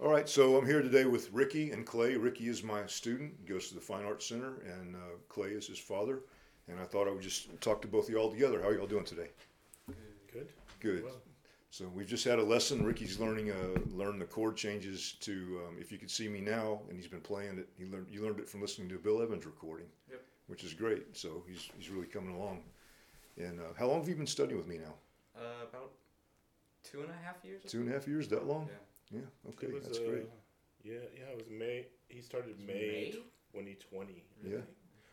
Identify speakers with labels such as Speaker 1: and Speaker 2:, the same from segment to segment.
Speaker 1: All right, so I'm here today with Ricky and Clay. Ricky is my student, He goes to the Fine Arts Center, and uh, Clay is his father. And I thought I would just talk to both of y'all together. How are y'all doing today?
Speaker 2: Good.
Speaker 1: Good.
Speaker 2: Well.
Speaker 1: So we've just had a lesson. Ricky's learning uh, learn the chord changes to um, "If You Could See Me Now," and he's been playing it. He learned you learned it from listening to a Bill Evans recording,
Speaker 2: Yep.
Speaker 1: which is great. So he's he's really coming along. And uh, how long have you been studying with me now?
Speaker 3: Uh, about two and a half years. or
Speaker 1: Two and a half years? That long?
Speaker 3: Yeah.
Speaker 1: Yeah. Okay,
Speaker 2: It was,
Speaker 1: that's
Speaker 2: uh,
Speaker 1: great.
Speaker 2: Yeah, yeah, it was May. He started
Speaker 3: something?
Speaker 2: May, 2020.
Speaker 1: Yeah.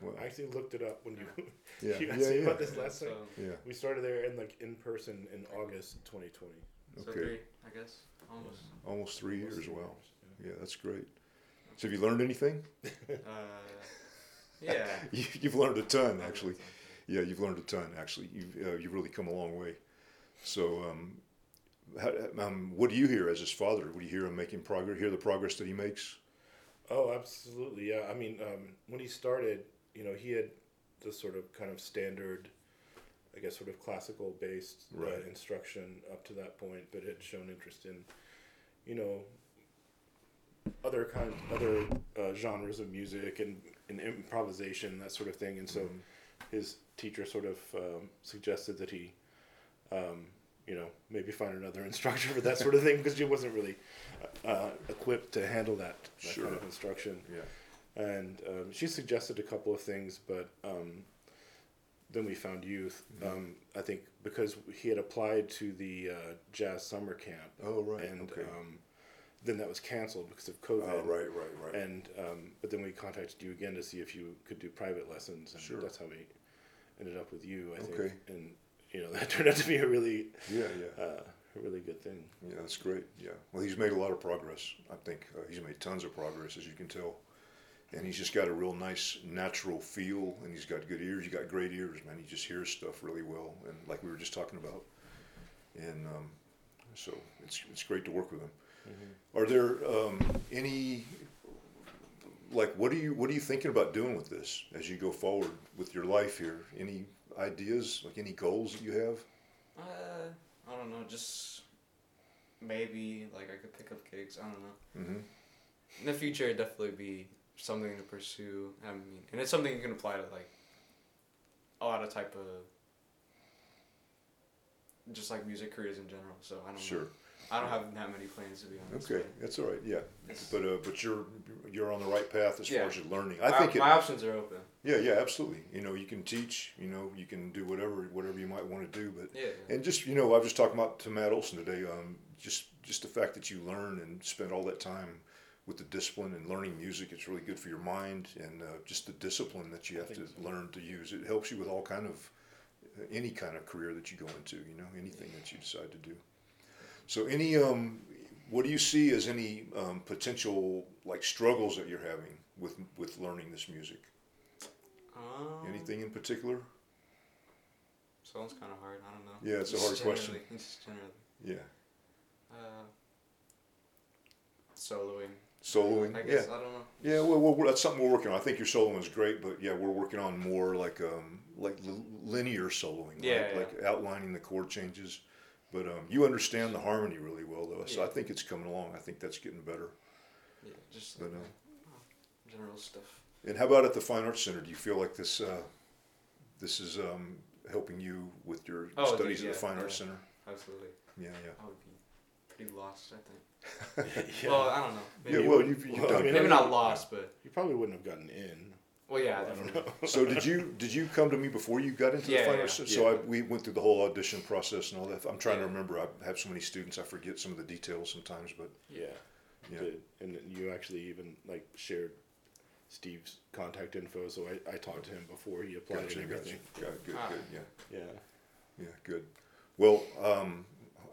Speaker 1: Well,
Speaker 2: I actually looked it up when you,
Speaker 1: yeah,
Speaker 2: you
Speaker 1: yeah,
Speaker 2: asked me
Speaker 1: yeah,
Speaker 2: about this last
Speaker 3: so,
Speaker 2: time.
Speaker 1: yeah.
Speaker 2: We started there in like in person in August 2020.
Speaker 3: so
Speaker 1: Okay.
Speaker 3: three, I guess, almost.
Speaker 1: Almost three
Speaker 2: Almost
Speaker 1: years.
Speaker 2: three
Speaker 1: Wow.
Speaker 2: years,
Speaker 1: Yeah, that's great. So have you learned anything?
Speaker 3: uh, yeah.
Speaker 1: You- You've learned a ton, actually. Yeah, you've learned a ton. Actually, you've uh, you've really come a long way. So, um, how, um, what do you hear as his father? What do you hear him making progress? Hear the progress that he makes?
Speaker 2: Oh, absolutely. Yeah. I mean, um, when he started, you know, he had the sort of kind of standard, I guess, sort of classical based
Speaker 1: Right.
Speaker 2: uh, instruction up to that point, but had shown interest in, you know, other kind, other uh, genres of music and, and improvisation, that sort of thing. And so,
Speaker 1: Mm-hmm.
Speaker 2: his teacher sort of um, suggested that he, um, you know, maybe find another instructor for that sort of thing because he wasn't really uh, equipped to handle that, that
Speaker 1: Sure.
Speaker 2: kind of instruction.
Speaker 1: Yeah.
Speaker 2: And um, she suggested a couple of things, but um, then we found youth.
Speaker 1: Mm-hmm.
Speaker 2: Um, I think because he had applied to the uh, jazz summer camp,
Speaker 1: Oh right.
Speaker 2: and
Speaker 1: okay.
Speaker 2: um, then that was canceled because of COVID.
Speaker 1: oh right, right, right.
Speaker 2: And um, but then we contacted you again to see if you could do private lessons, and
Speaker 1: Sure.
Speaker 2: that's how we ended up with you. I think,
Speaker 1: Okay.
Speaker 2: and you know that turned out to be a really,
Speaker 1: yeah, yeah,
Speaker 2: uh, a really good thing.
Speaker 1: yeah. That's great. Yeah. Well, he's made a lot of progress. I think uh, he's made tons of progress, as you can tell. And he's just got a real nice natural feel, and he's got good ears. He got great ears, man. He just hears stuff really well, and like we were just talking about. And um, so it's it's great to work with him. Are there um, any like what are you what are you thinking about doing with this as you go forward with your life here? Any ideas, like any goals that you have?
Speaker 3: Uh, I don't know. Just maybe like I could pick up gigs. I don't know.
Speaker 1: Mm-hmm.
Speaker 3: In the future, it'd definitely be something to pursue. I mean, and it's something you can apply to like a lot of type of just like music careers in general. So I don't.
Speaker 1: Sure.
Speaker 3: Know. I don't have that many plans to be honest.
Speaker 1: Okay,
Speaker 3: but
Speaker 1: that's all right. Yeah, but uh, but you're you're on the right path as
Speaker 3: Yeah.
Speaker 1: far as your learning.
Speaker 3: My,
Speaker 1: I think it,
Speaker 3: my options are open.
Speaker 1: yeah, yeah, absolutely. You know, you can teach. You know, you can do whatever whatever you might want to do, but
Speaker 3: Yeah. yeah.
Speaker 1: And just you know, I was just talking about to Matt Olson today. Um, just just the fact that you learn and spend all that time with the discipline and learning music, it's really good for your mind and uh, just the discipline that you have to
Speaker 2: think so.
Speaker 1: learn to use. It helps you with all kind of uh, any kind of career that you go into. You know, anything that you decide to do. So any um, what do you see as any um, potential like struggles that you're having with with learning this music?
Speaker 3: Um,
Speaker 1: Anything in particular?
Speaker 3: So it's kind of hard. I don't know.
Speaker 1: Yeah, it's a
Speaker 3: Just
Speaker 1: hard question.
Speaker 3: generally- Just generally.
Speaker 1: Yeah,
Speaker 3: Uh, soloing.
Speaker 1: soloing.
Speaker 3: I
Speaker 1: yeah.
Speaker 3: guess I don't know.
Speaker 1: Yeah, well, well, that's something we're working on. I think your soloing is great, but yeah, we're working on more like um, like l- linear soloing, right?
Speaker 3: Yeah, yeah.
Speaker 1: like outlining the chord changes. But um, you understand the harmony really well, though, so I
Speaker 3: Yeah.
Speaker 1: think it's coming along. I think that's getting better.
Speaker 3: Yeah, just
Speaker 1: But,
Speaker 3: like
Speaker 1: uh,
Speaker 3: that general stuff.
Speaker 1: And how about at the Fine Arts Center? Do you feel like this uh, this is um, helping you with your
Speaker 3: Oh, dude,
Speaker 1: studies at
Speaker 3: yeah,
Speaker 1: the Fine Arts
Speaker 3: yeah.
Speaker 1: Center?
Speaker 3: Absolutely,
Speaker 1: Yeah, yeah.
Speaker 3: I would be pretty lost. I think.
Speaker 2: yeah.
Speaker 3: Well, I don't know. Maybe,
Speaker 1: yeah, well, you've, you've
Speaker 2: Well, I
Speaker 1: done
Speaker 2: mean,
Speaker 1: great.
Speaker 3: maybe not lost, but
Speaker 2: you probably wouldn't have gotten in.
Speaker 3: well, yeah,
Speaker 2: I don't
Speaker 3: definitely.
Speaker 2: know.
Speaker 1: So did you did you come to me before you got into
Speaker 3: Yeah,
Speaker 1: the fine
Speaker 3: yeah,
Speaker 1: arts?
Speaker 3: yeah.
Speaker 1: So I,
Speaker 2: Yeah.
Speaker 1: we went through the whole audition process and all that. I'm trying to
Speaker 3: Yeah.
Speaker 1: remember. I have so many students, I forget some of the details sometimes. But
Speaker 2: Yeah.
Speaker 1: Yeah.
Speaker 2: Did- And you actually even like shared Steve's contact info, so I, I talked to him before he applied
Speaker 1: gotcha,
Speaker 2: and
Speaker 1: gotcha.
Speaker 2: everything.
Speaker 1: Got, good,
Speaker 3: Ah.
Speaker 1: good, yeah,
Speaker 2: Yeah.
Speaker 1: yeah, good. Well, um,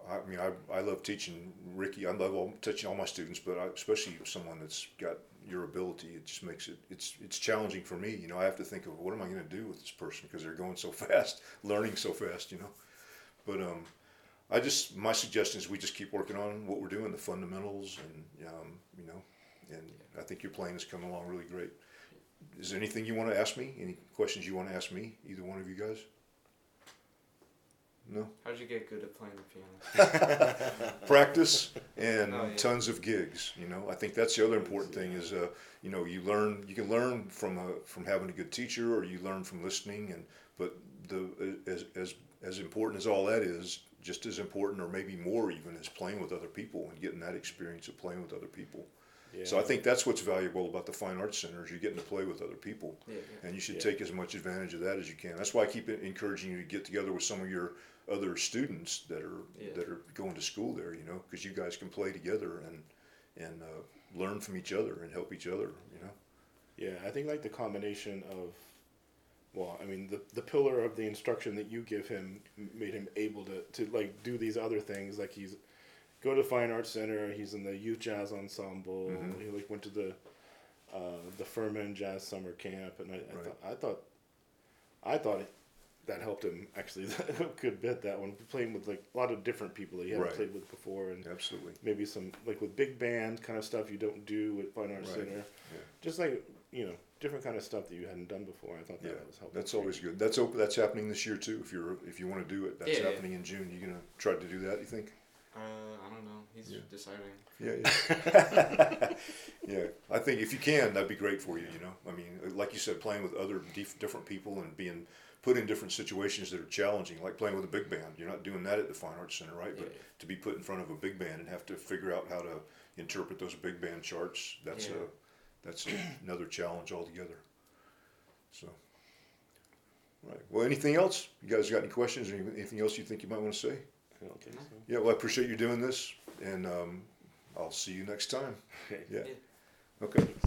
Speaker 1: I mean, I, I love teaching Ricky. I love all, teaching all my students, but I, especially someone that's got your ability. It just makes it it's it's challenging for me. You know, I have to think of what am I going to do with this person because they're going so fast, learning so fast. You know, but um, I just my suggestion is we just keep working on what we're doing, the fundamentals, and um, you know, and I think your plan is coming along really great. Is there anything you want to ask me? Any questions you want to ask me? Either one of you guys? No.
Speaker 3: How'd you get good at playing the piano?
Speaker 1: Practice, and
Speaker 3: Oh, yeah.
Speaker 1: tons of gigs. You know, I think that's the other important thing is, uh, you know, you learn you can learn from a, from having a good teacher, or you learn from listening, and but the uh, as as as important as all that is, just as important, or maybe more even, is playing with other people and getting that experience of playing with other people.
Speaker 2: Yeah.
Speaker 1: So I think that's what's valuable about the Fine Arts Center is you're getting to play with other people,
Speaker 3: Yeah,
Speaker 1: and you should
Speaker 2: Yeah.
Speaker 1: take as much advantage of that as you can. That's why I keep en- encouraging you to get together with some of your other students that are
Speaker 3: Yeah.
Speaker 1: that are going to school there. You know, because you guys can play together and and uh, learn from each other and help each other. You know,
Speaker 2: Yeah, I think like the combination of, well, I mean the the pillar of the instruction that you give him m- made him able to to like do these other things. Like he's go to fine arts center. He's in the youth jazz ensemble.
Speaker 1: Mm-hmm.
Speaker 2: He like went to the uh, the Furman Jazz Summer Camp, and I, I,
Speaker 1: Right.
Speaker 2: thought I thought I thought it, that helped him actually a good bit. That one playing with like a lot of different people that he hadn't
Speaker 1: Right.
Speaker 2: played with before,
Speaker 3: Mm-hmm.
Speaker 2: and
Speaker 1: absolutely.
Speaker 2: maybe some like with big band kind of stuff you don't do at Fine Arts
Speaker 1: Right.
Speaker 2: Center.
Speaker 1: Yeah.
Speaker 2: Just like you know, different kind of stuff that you hadn't done before. I thought that
Speaker 1: Yeah,
Speaker 2: was helpful.
Speaker 1: that's always good. That's open. That's happening this year too. If you're if you want to do it, that's
Speaker 3: Yeah, yeah.
Speaker 1: happening in June. You gonna try to do that? You think?
Speaker 3: Uh, I don't know. He's
Speaker 1: Yeah.
Speaker 3: deciding.
Speaker 1: Yeah, yeah. yeah, I think if you can, that'd be great for you. You know, I mean, like you said, playing with other dif- different people and being put in different situations that are challenging, like playing with a big band. You're not doing that at the Fine Arts Center, right? But
Speaker 3: Yeah.
Speaker 1: to be put in front of a big band and have to figure out how to interpret those big band charts, that's
Speaker 3: Yeah.
Speaker 1: a that's another challenge altogether. So. Right. Well, anything else? You guys got any questions or anything else you think you might want to say?
Speaker 2: I don't think so.
Speaker 1: Yeah, well, I appreciate you doing this, and um, I'll see you next time.
Speaker 2: Okay.
Speaker 1: Yeah.
Speaker 3: Yeah.
Speaker 1: Okay.